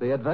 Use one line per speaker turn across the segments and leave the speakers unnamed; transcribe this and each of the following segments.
The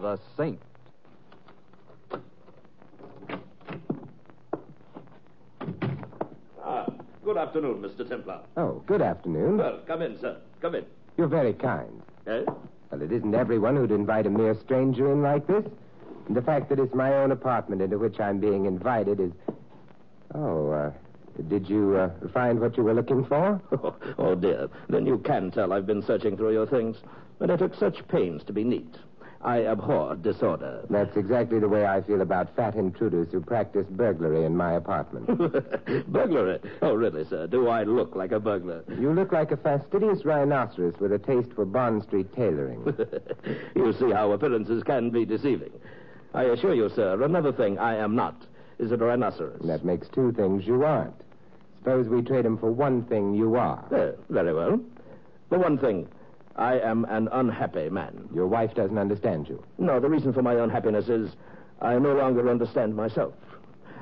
the Saint.
Ah, good afternoon, Mr. Templar.
Oh, good afternoon.
Well, come in, sir. Come in.
You're very kind.
Eh?
Well, it isn't everyone who'd invite a mere stranger in like this. And the fact that it's my own apartment into which I'm being invited is. Oh, uh, did you uh, find what you were looking for?
Oh, oh, dear. Then you can tell I've been searching through your things. But I took such pains to be neat. I abhor disorder.
That's exactly the way I feel about fat intruders who practice burglary in my apartment.
Burglary? Oh, really, sir? Do I look like a burglar?
you look like a fastidious rhinoceros with a taste for Bond Street tailoring.
you see how appearances can be deceiving. I assure you, sir, another thing I am not is a rhinoceros.
that makes two things you aren't. Suppose we trade 'em for one thing you are.
Eh, very well. The one thing, I am an unhappy man.
Your wife doesn't understand you.
No, the reason for my unhappiness is I no longer understand myself.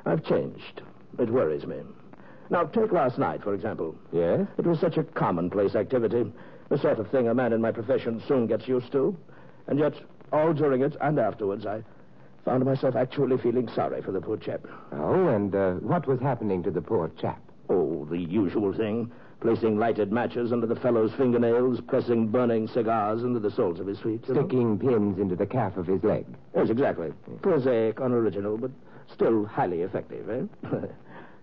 I've changed. It worries me. Now, take last night, for example.
Yes?
It was such a commonplace activity, the sort of thing a man in my profession soon gets used to. And yet, all during it and afterwards, I found myself actually feeling sorry for the poor chap.
Oh, and uh, what was happening to the poor chap?
Oh, the usual thing. Placing lighted matches under the fellow's fingernails, pressing burning cigars into the soles of his feet. you know?
Sticking pins into the calf of his leg.
Yes, exactly. Prosaic, unoriginal, but still highly effective, eh?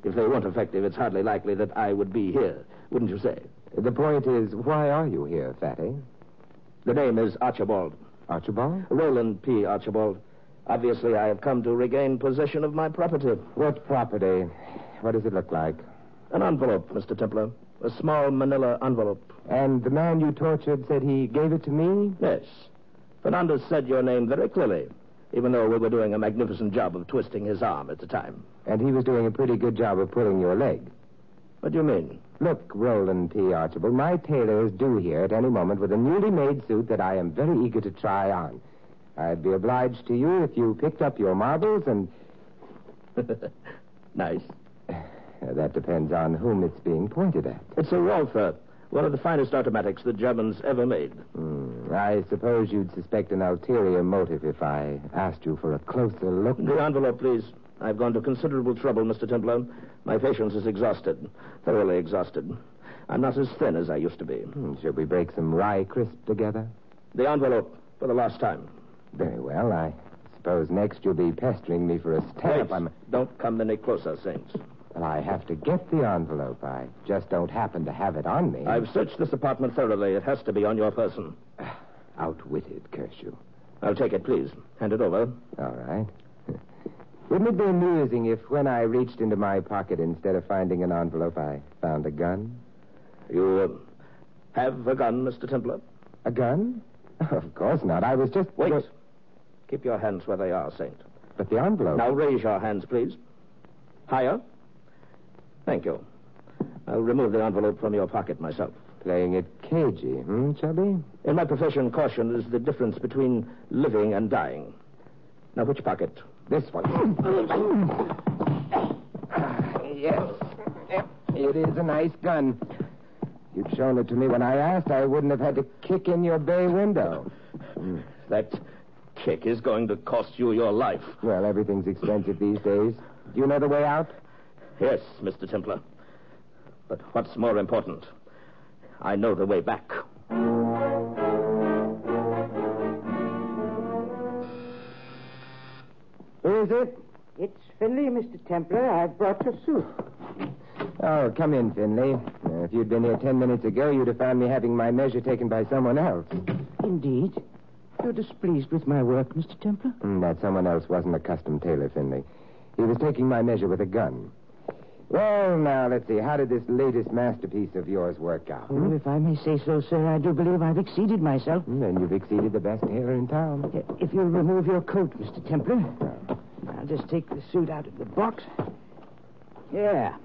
if they weren't effective, it's hardly likely that I would be here, wouldn't you say?
The point is, why are you here, Fatty?
The name is Archibald.
Archibald?
Roland P. Archibald. Obviously, I have come to regain possession of my property.
What property? What does it look like?
An envelope, Mr. Templar. A small manila envelope.
And the man you tortured said he gave it to me?
Yes. Fernandez said your name very clearly, even though we were doing a magnificent job of twisting his arm at the time.
And he was doing a pretty good job of pulling your leg.
What do you mean?
Look, Roland P. Archibald, my tailor is due here at any moment with a newly made suit that I am very eager to try on. I'd be obliged to you if you picked up your marbles and.
Nice.
Uh, that depends on whom it's being pointed at.
It's a Walther, one of the finest automatics the Germans ever made.
I suppose you'd suspect an ulterior motive if I asked you for a closer look.
The envelope, please. I've gone to considerable trouble, Mr. Templar. My patience is exhausted, thoroughly exhausted. I'm not as thin as I used to be.
Hmm, Should we break some rye crisp together?
The envelope, for the last time.
Very well. I suppose next you'll be pestering me for a stamp.
Wait.
I'm.
Don't come any closer, Saints.
Well, I have to get the envelope. I just don't happen to have it on me.
I've searched this apartment thoroughly. It has to be on your person.
outwitted, curse you.
I'll take it, please. Hand it over.
All right. Wouldn't it be amusing if, when I reached into my pocket, instead of finding an envelope, I found a gun?
You uh, have a gun, Mr. Templar?
A gun? Of course not. I was just.
Wait. Keep your hands where they are, Saint.
But the envelope.
Now raise your hands, please. Higher. Thank you. I'll remove the envelope from your pocket myself.
Playing it cagey, hmm, Chubby?
In my profession, caution is the difference between living and dying. Now, which pocket?
This one. yes. It is a nice gun. you'd shown it to me when I asked, I wouldn't have had to kick in your bay window.
That kick is going to cost you your life.
Well, everything's expensive these days. Do you know the way out?
Yes, Mr. Templar. But what's more important, I know the way back.
Who is it?
It's Finley, Mr. Templar. I've brought your soup.
Oh, come in, Finley. Uh, if you'd been here ten minutes ago, you'd have found me having my measure taken by someone else.
Indeed. You're displeased with my work, Mr. Templar?
Mm, that someone else wasn't a custom tailor, Finley. He was taking my measure with a gun. Well, now, let's see. How did this latest masterpiece of yours work out?
Well, if I may say so, sir, I do believe I've exceeded myself.
Mm, Then you've exceeded the best tailor in town.
If you'll remove your coat, Mr. Templar, I'll just take the suit out of the box. Yeah.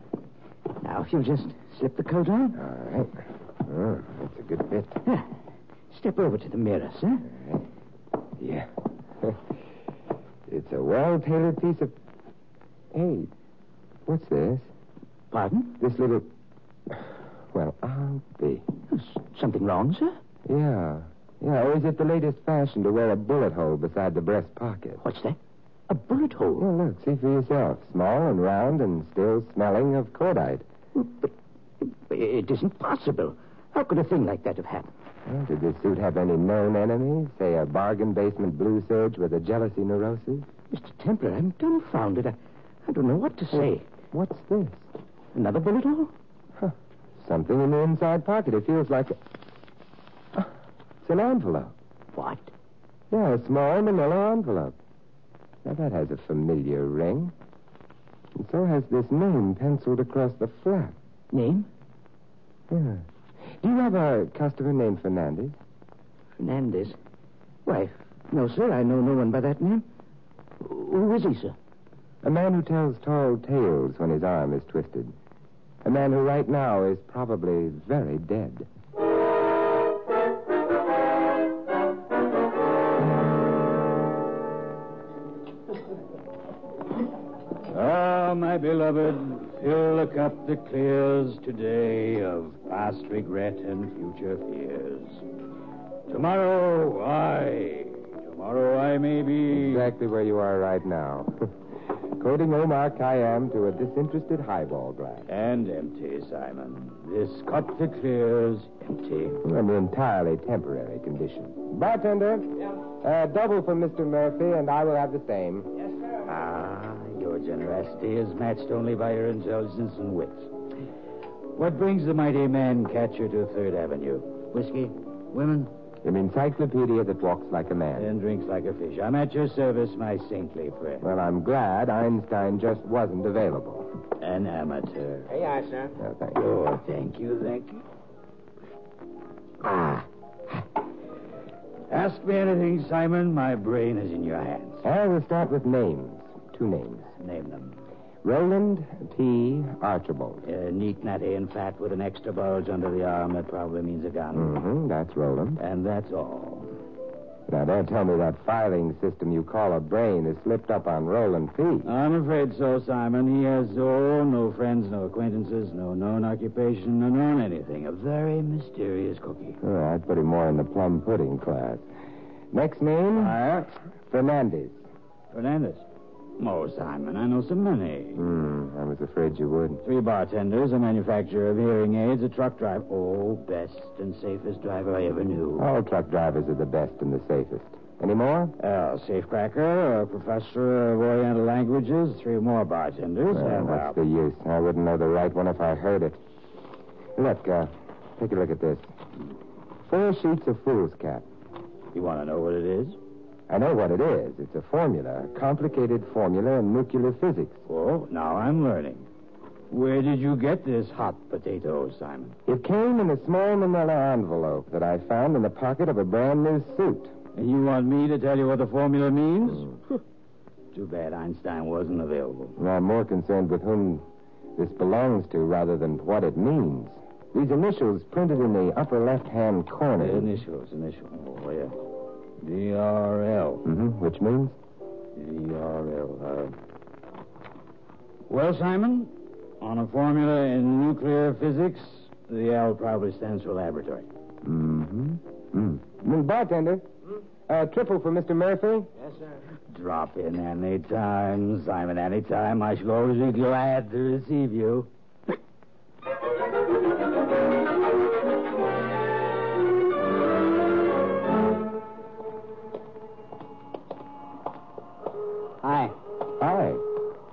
Now, if you'll just slip the coat on,
All right. Oh, that's a good fit.
step over to the mirror, sir.
Yeah. it's a well tailored piece of. Hey, what's this?
Pardon?
This little. Well, I'll be.
Oh, Something wrong, sir?
Yeah. Yeah, or is it the latest fashion to wear a bullet hole beside the breast pocket?
What's that? A bullet hole.
Well, look, see for yourself. Small and round and still smelling of cordite.
Oh, It isn't possible. How could a thing like that have happened?
Well, did this suit have any known enemies? Say, a bargain basement blue serge with a jealousy neurosis?
Mr. Templar, I'm dumbfounded. I, I don't know what to say.
What's this?
Another bullet hole?
Something in the inside pocket. It feels like a. Ah, It's an envelope.
What?
Yeah, a small manila envelope. Now, that has a familiar ring. And so has this name penciled across the flap.
Name?
Yeah. Do you have a customer named Fernandez?
Fernandez. Why, no, sir. I know no one by that name. Who is he, sir?
A man who tells tall tales when his arm is twisted. A man who right now is probably very dead.
Ah, my beloved, fill the cup that clears today of past regret and future fears. Tomorrow, I. Tomorrow I may be.
Exactly where you are right now. Quoting Omar Khayyam to a disinterested highball glass.
And empty, Simon. This cup that clears, empty.
An entirely temporary condition. Bartender, uh, double for Mr. Murphy, and I will have the same.
Ah, your generosity is matched only by your intelligence and wit. What brings the mighty man catcher to Third Avenue?
Whiskey, women.
An encyclopedia that walks like a man.
And drinks like a fish. I'm at your service, my saintly friend.
Well, I'm glad Einstein just wasn't available.
An amateur.
Hey, I, sir.
No, thank you.
Oh, thank you, thank you.
Ah,
Ask me anything, Simon. My brain is in your hands.
Uh, we'll start with names. Two names.
Name them.
Roland P. Archibald.
Uh, neat, natty, and fat with an extra bulge under the arm. That probably means a gun.
Mm-hmm, that's Roland.
And that's all.
Now, don't tell me that filing system you call a brain is slipped up on Roland P.
I'm afraid so, Simon. He has oh, no friends, no acquaintances, no known occupation, no known anything. A very mysterious cookie.
Oh, I'd put him more in the plum pudding class. Next name?
Aye.
Fernandez.
Fernandez. Oh, Simon, I know so many.
Hmm, I was afraid you would.
Three bartenders, a manufacturer of hearing aids, a truck driver. Oh, best and safest driver I ever knew.
All truck drivers are the best and the safest. Any more?
Uh, safecracker, a professor of Oriental languages, three more bartenders.
Well,
and, uh,
what's the use? I wouldn't know the right one if I heard it. Look, uh, take a look at this. Four sheets of foolscap.
uh, you want to know what it is?
I know what it is. It's a formula, a complicated formula in nuclear physics.
Oh, now I'm learning. Where did you get this hot potato, Simon?
It came in a small manila envelope that I found in the pocket of a brand new suit.
And you want me to tell you what the formula means? Hmm. Too bad Einstein wasn't available.
And I'm more concerned with whom this belongs to rather than what it means. These initials printed in the upper left-hand
Hmm.
corner.
Initials, initials. Oh, yeah. DRL.
hmm Which means?
DRL. Uh... Well, Simon, on a formula in nuclear physics, The L probably stands for laboratory.
Mm-hmm. Mm. Mm, Bartender, uh, triple for Mr. Murphy.
Yes, sir. Drop in any time, Simon, any time. I shall always be glad to receive you. Hi.
Hi.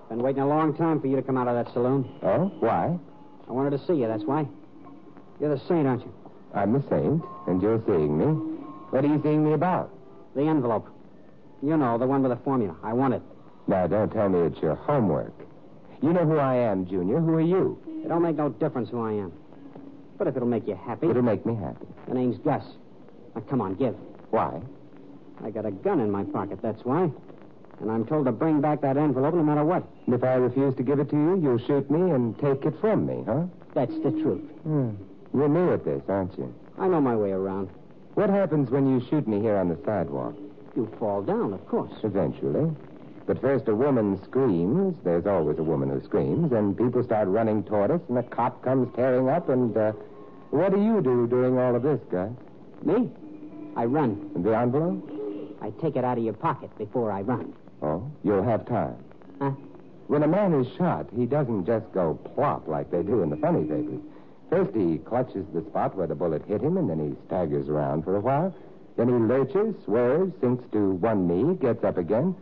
Been waiting a long time for you to come out of that saloon.
Oh, why?
I wanted to see you, that's why. You're the saint, aren't you?
I'm the saint, and you're seeing me. What are you seeing me about?
The envelope. You know, the one with the formula. I want it.
Now, don't tell me it's your homework. You know who I am, Junior. Who are you?
It don't make no difference who I am. But if it'll make you happy,
It'll make me happy.
the name's Gus. Now, come on, give.
Why?
I got a gun in my pocket, that's why. And I'm told to bring back that envelope no matter what.
And If I refuse to give it to you, you'll shoot me and take it from me, huh?
That's the truth.
You're new at this, aren't you?
I know my way around.
What happens when you shoot me here on the sidewalk?
You fall down, of course.
Eventually. But first, a woman screams. There's always a woman who screams, and people start running toward us, and the cop comes tearing up, and uh, what do you do during all of this, Gus?
Me? I run.
The envelope?
I take it out of your pocket before I run.
Oh, you'll have time.
Huh?
When a man is shot, he doesn't just go plop like they do in the funny papers. First, he clutches the spot where the bullet hit him, and then he staggers around for a while. Then he lurches, swerves, sinks to one knee, gets up again.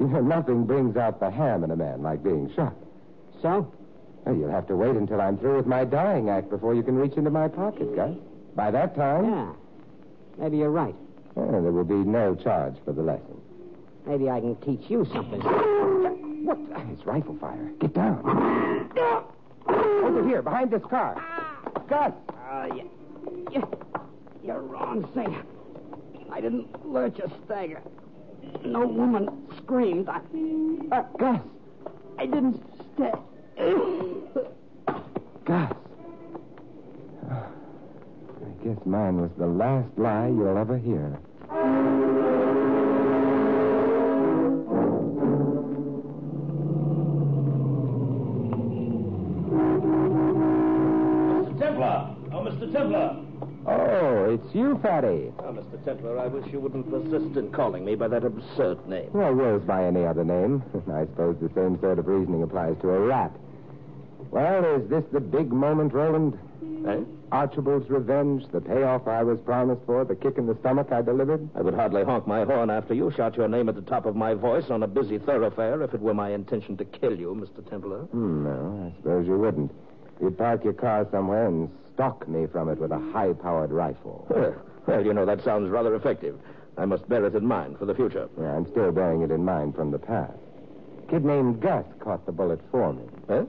You know, nothing brings out the ham in a man like being shot.
So?
Well, you'll have to wait until I'm through with my dying act before you can reach into my pocket, Gus. By that time,
Yeah. Maybe you're right.
well, there will be no charge for the lesson.
Maybe I can teach you something.
What? It's rifle fire. Get down. Over here, behind this car. Gus!
Oh, you, you, you're wrong, Saint. I didn't lurch or stagger. No woman screamed. I,
Uh, Gus!
I didn't stay.
Gus! I guess mine was the last lie you'll ever hear.
Mr. Templar! Oh, Mr. Templar!
Oh, it's you, Fatty.
Oh, Mr. Templar, I wish you wouldn't persist in calling me by that absurd name.
Well, Rose by any other name. I suppose the same sort of reasoning applies to a rat. Well, is this the big moment, Roland?
Eh?
Archibald's revenge, the payoff I was promised for, the kick in the stomach I delivered?
I would hardly honk my horn after you shout your name at the top of my voice on a busy thoroughfare if it were my intention to kill you, Mr. Templar.
Hmm, no, I suppose you wouldn't. You'd park your car somewhere and stalk me from it with a high powered rifle.
Well, well, you know, that sounds rather effective. I must bear it in mind for the future.
Yeah, I'm still bearing it in mind from the past. Kid named Gus caught the bullet for me.
Huh?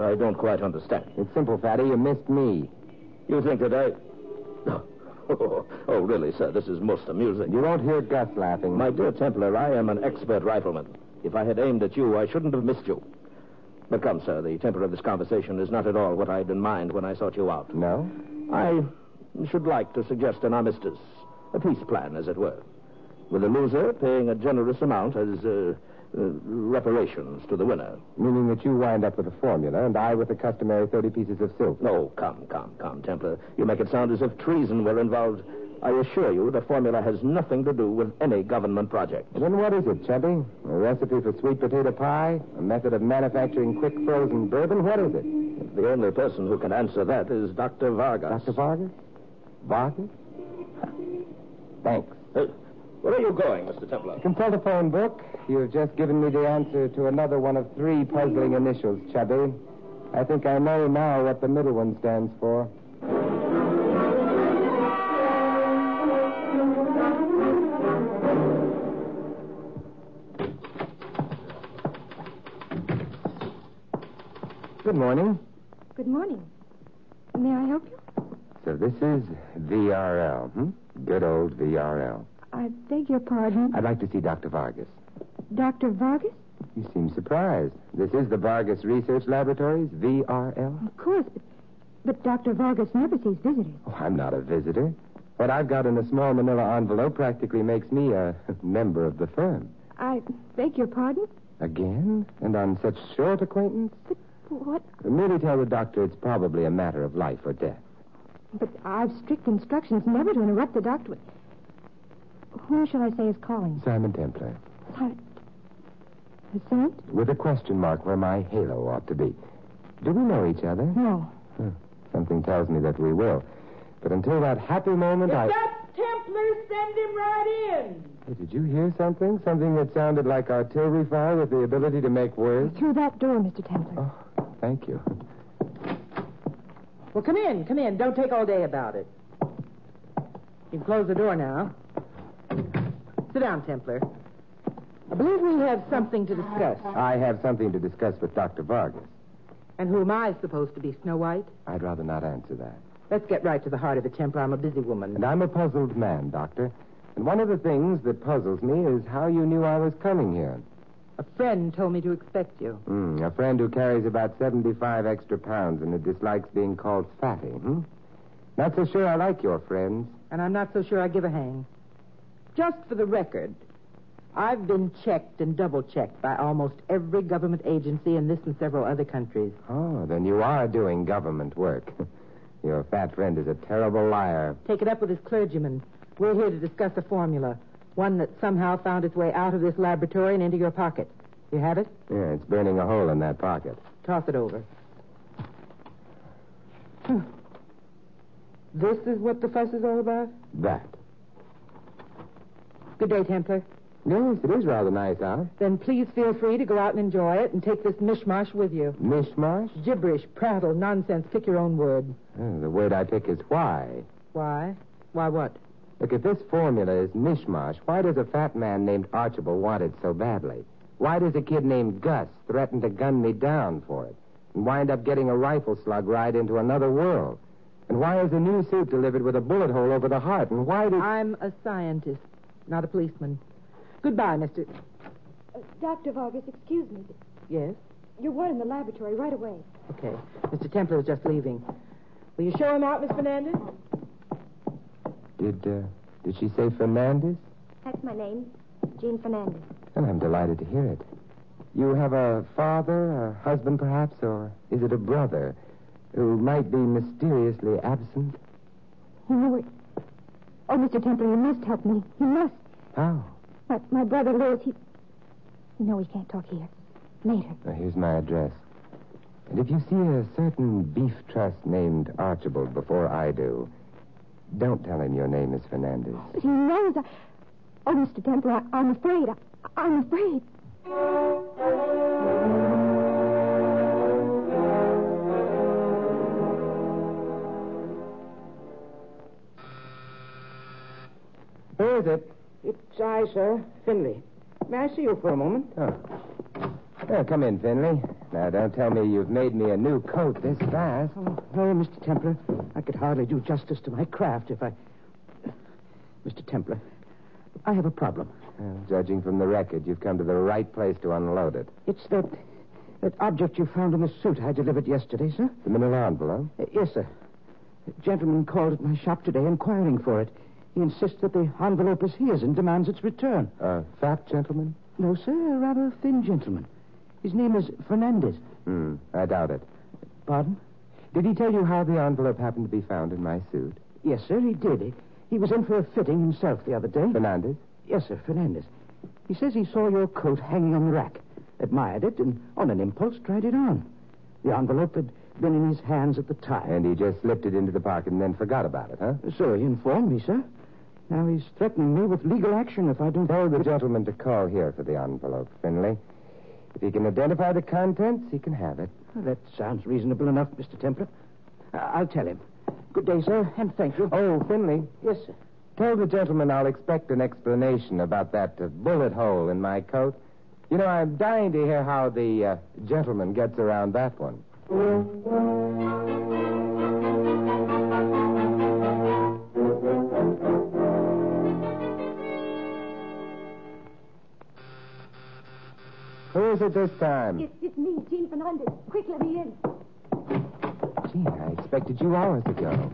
I don't quite understand.
It's simple, Fatty. You missed me.
You think that I. Oh, oh, really, sir, this is most amusing.
You won't hear Gus laughing.
My dear Templar, I am an expert rifleman. If I had aimed at you, I shouldn't have missed you. But come, sir, the temper of this conversation is not at all what I had in mind when I sought you out.
No?
I should like to suggest an armistice, a peace plan, as it were, with the loser paying a generous amount as uh, uh, reparations to the winner.
Meaning that you wind up with a formula and I with the customary 30 pieces of silk.
No, Oh, come, come, come, Templar. You make it sound as if treason were involved. I assure you, the formula has nothing to do with any government project.
Then what is it, Chubby? A recipe for sweet potato pie? A method of manufacturing quick frozen bourbon? What is it?
The only person who can answer that is Dr. Vargas.
Dr. Vargas? Vargas? Thanks.
Uh, where are you going, Mr. Templar?
Consult a phone book. You have just given me the answer to another one of three puzzling initials, Chubby. I think I know now what the middle one stands for. Good morning.
Good morning. May I help you?
So this is VRL, hmm? Good old VRL.
I beg your pardon.
I'd like to see Dr. Vargas.
Dr. Vargas?
You seem surprised. This is the Vargas Research Laboratories, VRL.
Of course, but, but Dr. Vargas never sees visitors.
Oh, I'm not a visitor. What I've got in a small manila envelope practically makes me a member of the firm.
I beg your pardon?
Again? And on such short acquaintance?
What?
Merely tell the doctor it's probably a matter of life or death.
But I've strict instructions never to interrupt the doctor. Who shall I say is calling?
Simon Templar,
Simon. The saint?
with a question mark where my halo ought to be. Do we know each other?
No.
Something tells me that we will. But until that happy moment, I.
That Templar, send him right in.
Hey, did you hear something? Something that sounded like artillery fire with the ability to make words?
Through that door, Mr. Templar.
Thank you.
Well, come in, come in. Don't take all day about it. You can close the door now. Sit down, Templar. I believe we have something to discuss.
I have something to discuss with Dr. Vargas.
And who am I supposed to be, Snow White?
I'd rather not answer that.
Let's get right to the heart of it, Templar. I'm a busy woman.
And I'm a puzzled man, Doctor. And one of the things that puzzles me is how you knew I was coming here.
A friend told me to expect you.
Hmm, a friend who carries about 75 extra pounds and who dislikes being called fatty, hmm? Not so sure I like your friends.
and I'm not so sure I give a hang. Just for the record, I've been checked and double checked by almost every government agency in this and several other countries.
Oh, then you are doing government work. Your fat friend is a terrible liar.
Take it up with his clergyman. We're here to discuss a formula, one that somehow found its way out of this laboratory and into your pocket. You have it?
Yeah, it's burning a hole in that pocket.
Toss it over. Hmm. This is what the fuss is all about?
That.
Good day, Templar.
Yes, it is rather nice out.
Then please feel free to go out and enjoy it and take this mishmash with you.
Mishmash?
Gibberish, prattle, nonsense. Pick your own word.
Oh, the word I pick is why.
Why? Why what?
Look, if this formula is mishmash, why does a fat man named Archibald want it so badly? Why does a kid named Gus threaten to gun me down for it and wind up getting a rifle slug ride into another world? And why is the new suit delivered with a bullet hole over the heart? And why did...
I'm a scientist, not a policeman. Goodbye, Mr.
Uh, Dr. Vargas, excuse me. but
Yes?
You're wanted in the laboratory right away.
Okay. Mr. Templar is just leaving. Will you show him out, Miss Fernandez?
Did, uh, did she say Fernandez?
That's my name, Jean Fernandez.
Well, I'm delighted to hear it. You have a father, a husband, perhaps, or is it a brother who might be mysteriously absent?
You know it. Oh, Mr. Templar, you must help me. You must.
How?
My, my brother Louis, he. No, we can't talk here. Later.
Now, here's my address. And if you see a certain beef truss named Archibald before I do, don't tell him your name is Fernandez.
But he knows I. Oh, Mr. Templar, I, I'm afraid. I, I'm afraid.
Who is it?
It's I, sir. Finley. May I see you for a moment?
Oh. Well, come in, Finley. Now, don't tell me you've made me a new coat this fast.
Oh, no, Mr. Templar. I could hardly do justice to my craft if I. Mr. Templar, I have a problem.
Well, judging from the record, you've come to the right place to unload it.
It's that. that object you found in the suit I delivered yesterday, sir.
The manila envelope?
Uh, yes, sir. A gentleman called at my shop today inquiring for it. He insists that the envelope is his and demands its return.
A fat gentleman?
No, sir, a uh, rather thin gentleman. His name is Fernandez.
Hmm, I doubt it.
Pardon?
Did he tell you how the envelope happened to be found in my suit?
Yes, sir, he did. He, he was in for a fitting himself the other day.
Fernandez?
Yes, sir, Fernandez. He says he saw your coat hanging on the rack, admired it, and on an impulse tried it on. The envelope had been in his hands at the time.
And he just slipped it into the pocket and then forgot about it, huh?
So he informed me, sir. Now he's threatening me with legal action if I don't.
Tell the gentleman to call here for the envelope, Finley. If he can identify the contents, he can have it.
Well, that sounds reasonable enough, Mr. Templar. I- I'll tell him. Good day, sir, and thank you.
Oh, Finley,
yes, sir.
tell the gentleman I'll expect an explanation about that uh, bullet hole in my coat. You know, I'm dying to hear how the uh, gentleman gets around that one. Who is it this time?
It's, it's me, Jean Fernandez. Quick, let me in.
Gee, I expected you hours ago.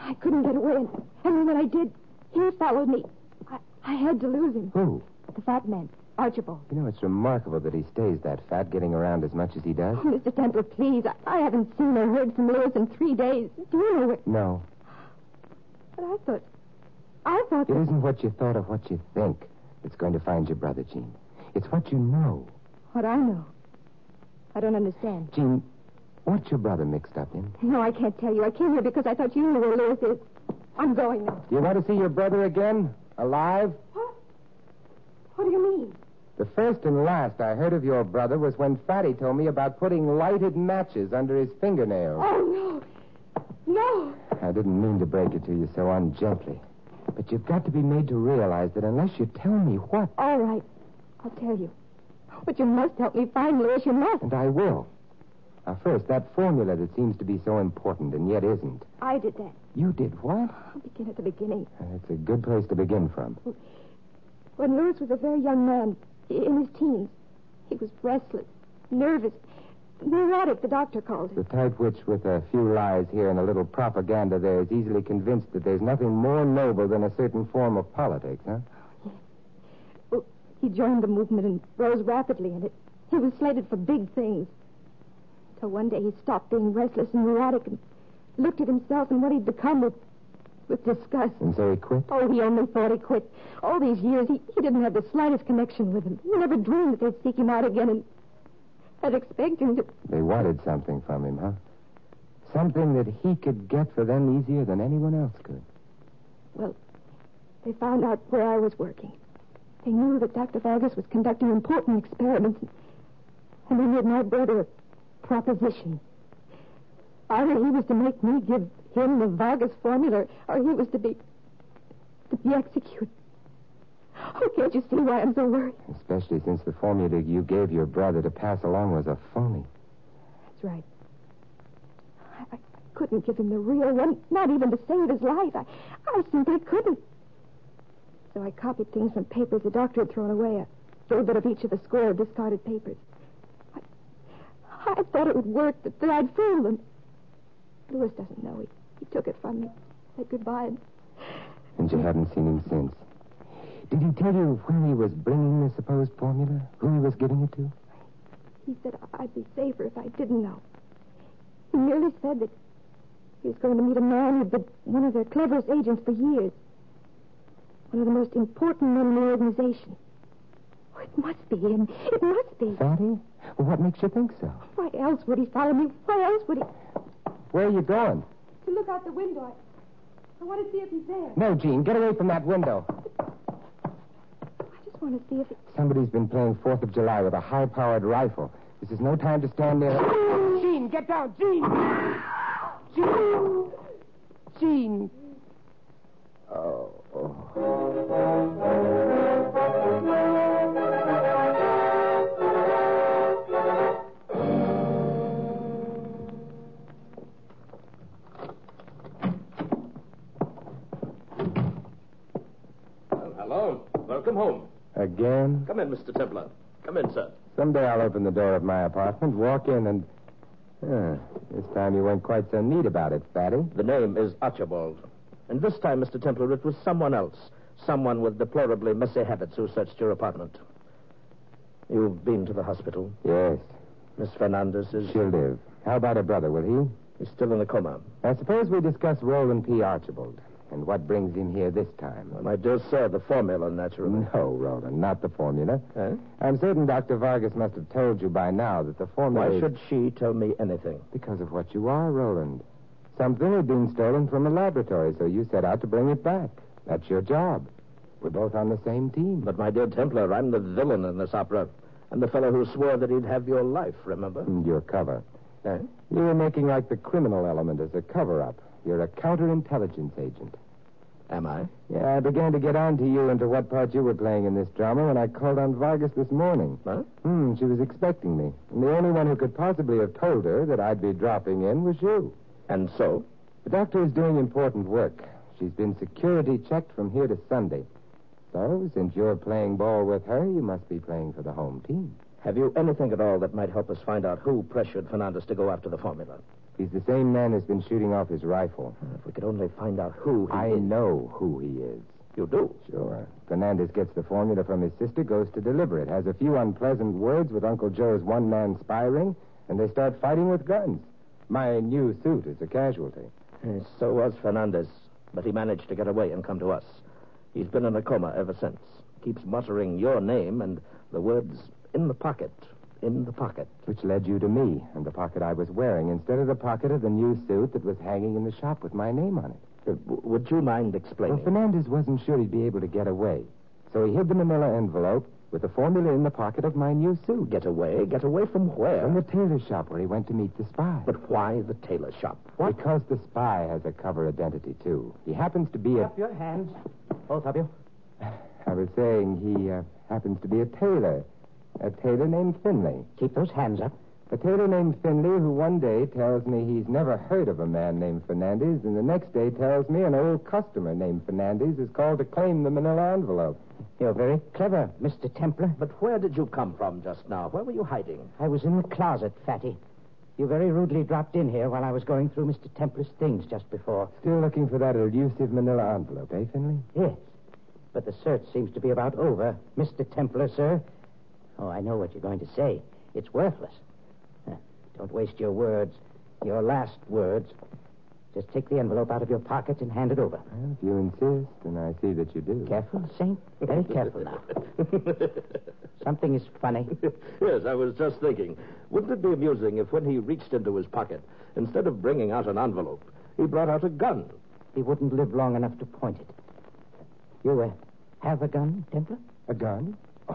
I couldn't get away, and, and when I did, he followed me. I, I had to lose him.
Who?
The fat man. Archibald.
You know, it's remarkable that he stays that fat, getting around as much as he does.
Oh, Mr. Templar, please. I, I haven't seen or heard from Lewis in three days. Do you know where...
No,
But I thought... I thought...
it isn't what you thought or what you think that's going to find your brother, Gene. It's what you know.
What I know. I don't understand.
Gene, what's your brother mixed up in?
No, I can't tell you. I came here because I thought you knew where Lewis is. I'm going now.
Do you want to see your brother again? Alive?
What do you mean?
The first and last I heard of your brother was when Fatty told me about putting lighted matches under his fingernails.
Oh, no. No.
I didn't mean to break it to you so ungently. But you've got to be made to realize that unless you tell me what,
All right. I'll tell you. But you must help me find Lewis. You must.
and I will. Now, first, that formula that seems to be so important and yet isn't.
I did that.
You did what?
I'll begin at the beginning.
That's a good place to begin from.
When Lewis was a very young man, i- in his teens, he was restless, nervous, neurotic, the doctor called him.
The type which, with a few lies here and a little propaganda there, is easily convinced that there's nothing more noble than a certain form of politics, huh?
He joined the movement and rose rapidly in it. He was slated for big things. Till one day he stopped being restless and neurotic and looked at himself and what he'd become with, with disgust.
And so he quit.
Oh, he only thought he quit. All these years, he, he didn't have the slightest connection with him. He never dreamed that they'd seek him out again and, and expect him to.
They wanted something from him, huh? Something that he could get for them easier than anyone else could.
They found out where I was working. They knew that Dr. Vargas was conducting important experiments, and they made my brother a proposition. Either he was to make me give him the Vargas formula, or he was to be to be executed. Oh, can't you see why I'm so worried?
Especially since the formula you gave your brother to pass along was a phony.
That's right. I, I couldn't give him the real one, not even to save his life. I, I simply couldn't. So I copied things from papers the doctor had thrown away, a little bit of each of a score of discarded papers. I, I thought it would work, that, that I'd fool them. Lewis doesn't know. He, he took it from me. Said goodbye and
And you haven't seen him since. Did he tell you where he was bringing the supposed formula? Who he was giving it to?
He said I'd be safer if I didn't know. He merely said that he was going to meet a man who'd been one of their cleverest agents for years. One of the most important men in the organization. Oh, it must be him. It must be.
Fatty? Well, what makes you think so?
Why else would he follow me? Why else would he?
Where are you going?
To look out the window. I, I want to see if he's there.
No, Gene, get away from that window.
I just want to see if he...
Somebody's been playing Fourth of July with a high-powered rifle. This is no time to stand there.
Jean, get down, Jean! Jean! Jean!
Well, hello. Welcome home.
Again?
Come in, Mr. Templar. Come in, sir.
Someday I'll open the door of my apartment, walk in, and. Huh, this time you weren't quite so neat about it, Fatty.
The name is Archibald. And this time, Mr. Templar, it was someone else. Someone with deplorably messy habits who searched your apartment. You've been to the hospital.
Yes,
Miss Fernandez is
she'll live. How about her brother? Will he?
is still in a coma.
Now, suppose we discuss Roland P. Archibald and what brings him here this time.
Well, my dear sir, the formula, naturally.
No, Roland, not the formula.
Huh?
I'm certain Dr. Vargas must have told you by now that the formula.
Why
is-
should she tell me anything?
Because of what you are, Roland. Something had been stolen from a laboratory, so you set out to bring it back. That's your job. We're both on the same team.
But, my dear Templar, I'm the villain in this opera. I'm the fellow who swore that he'd have your life, remember?
Mm, Your cover.
Eh?
You were making like the criminal element as a cover up. You're a counterintelligence agent.
Am I?
Yeah, I began to get on to you and to what part you were playing in this drama when I called on Vargas this morning.
Huh?
Hmm, she was expecting me. And the only one who could possibly have told her that I'd be dropping in was you.
And so?
The doctor is doing important work. She's been security checked from here to Sunday. So, since you're playing ball with her, you must be playing for the home team.
Have you anything at all that might help us find out who pressured Fernandez to go after the formula?
He's the same man who's been shooting off his rifle.
If we could only find out who he
I
is.
know who he is.
You do?
Sure. Fernandez gets the formula from his sister, goes to deliver it, has a few unpleasant words with Uncle Joe's one man spy ring, and they start fighting with guns. My new suit is a casualty.
Yes, Uh, So was Fernandez, but he managed to get away and come to us. He's been in a coma ever since. Keeps muttering your name and the words in the pocket, in the pocket.
Which led you to me and the pocket I was wearing instead of the pocket of the new suit that was hanging in the shop with my name on it.
Uh, w- would you mind
Well,
explaining?
Fernandez wasn't sure he'd be able to get away, so he hid the manila envelope with the formula in the pocket of my new suit.
Get away? Get away from where?
From the tailor shop where he went to meet the spy.
But why the tailor shop?
Because the spy has a cover identity, too. He happens to be a.
Up your hands, both of you.
I was saying he uh, happens to be a tailor. A tailor named Finley.
Keep those hands up.
A tailor named Finley who one day tells me he's never heard of a man named Fernandez, and the next day tells me an old customer named Fernandez is called to claim the manila envelope.
You're very clever, Mr. Templar.
But where did you come from just now? Where were you hiding?
I was in the closet, Fatty. You very rudely dropped in here while I was going through Mr. Templar's things just before.
Still looking for that elusive manila envelope, eh, Finley?
Yes. But the search seems to be about over, Mr. Templar, sir. Oh, I know what you're going to say. It's worthless. Huh. Don't waste your words, your last words. Just take the envelope out of your pocket and hand it over.
Well, if you insist, and I see that you do.
Careful, Saint. Very careful now. Something is funny.
yes, I was just thinking. Wouldn't it be amusing if when he reached into his pocket, instead of bringing out an envelope, he brought out a gun?
He wouldn't live long enough to point it. You uh, have a gun, Templar?
A gun? Oh,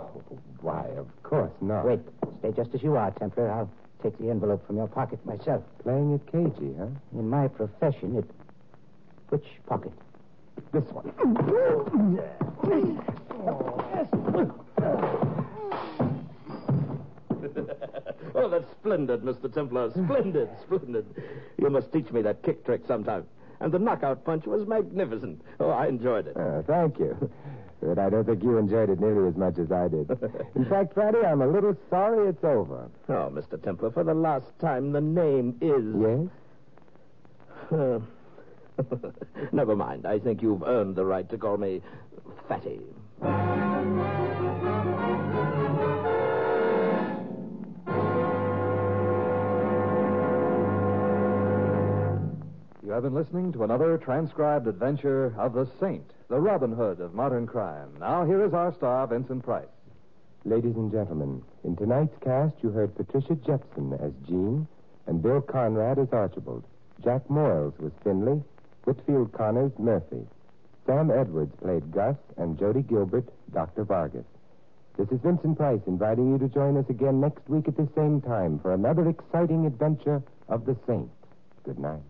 why, of course not.
Wait. Stay just as you are, Templar. I'll take the envelope from your pocket myself.
Playing it cagey, huh?
In my profession, it. Which pocket?
This one.
oh, that's splendid, Mr. Templar. Splendid, splendid. You must teach me that kick trick sometime. And the knockout punch was magnificent. Oh, I enjoyed it.
Oh, thank you. But I don't think you enjoyed it nearly as much as I did. In fact, Friday, I'm a little sorry it's over.
Oh, Mr. Templar, for the last time, the name is.
Yes?
Uh, Never mind. I think you've earned the right to call me Fatty.
You have been listening to another transcribed adventure of the Saint, the Robin Hood of modern crime. Now, here is our star, Vincent Price.
Ladies and gentlemen, in tonight's cast, you heard Patricia Jepson as Jean and Bill Conrad as Archibald. Jack Moyles was Finley, Whitfield Connors, Murphy. Sam Edwards played Gus, and Jody Gilbert, Dr. Vargas. This is Vincent Price inviting you to join us again next week at the same time for another exciting adventure of the Saint. Good night.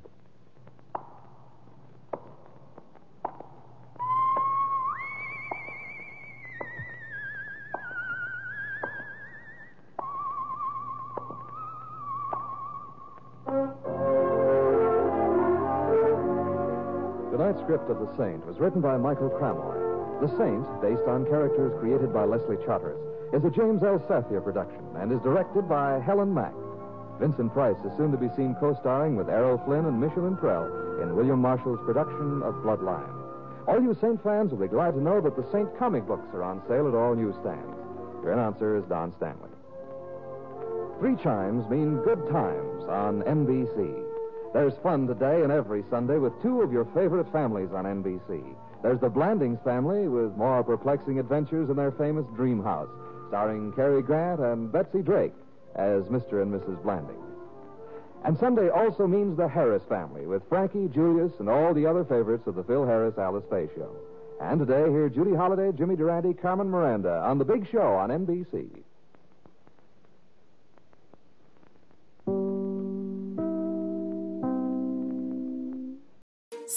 Tonight's script of The Saint was written by Michael Crammore. The Saint, based on characters created by Leslie Charteris, is a James L. Sathia production and is directed by Helen Mack. Vincent Price is soon to be seen co-starring with Errol Flynn and Michelin Prell in William Marshall's production of Bloodline. All you Saint fans will be glad to know that the Saint comic books are on sale at all newsstands. Your announcer is Don Stanley. Three chimes mean good times on NBC. There's fun today and every Sunday with two of your favorite families on NBC. There's the Blandings family with more perplexing adventures in their famous dream house, starring Cary Grant and Betsy Drake as Mr. and Mrs. Blandings. And Sunday also means the Harris family with Frankie, Julius, and all the other favorites of the Phil Harris Alice Faye show. And today, hear Judy Holliday, Jimmy Durante, Carmen Miranda on The Big Show on NBC.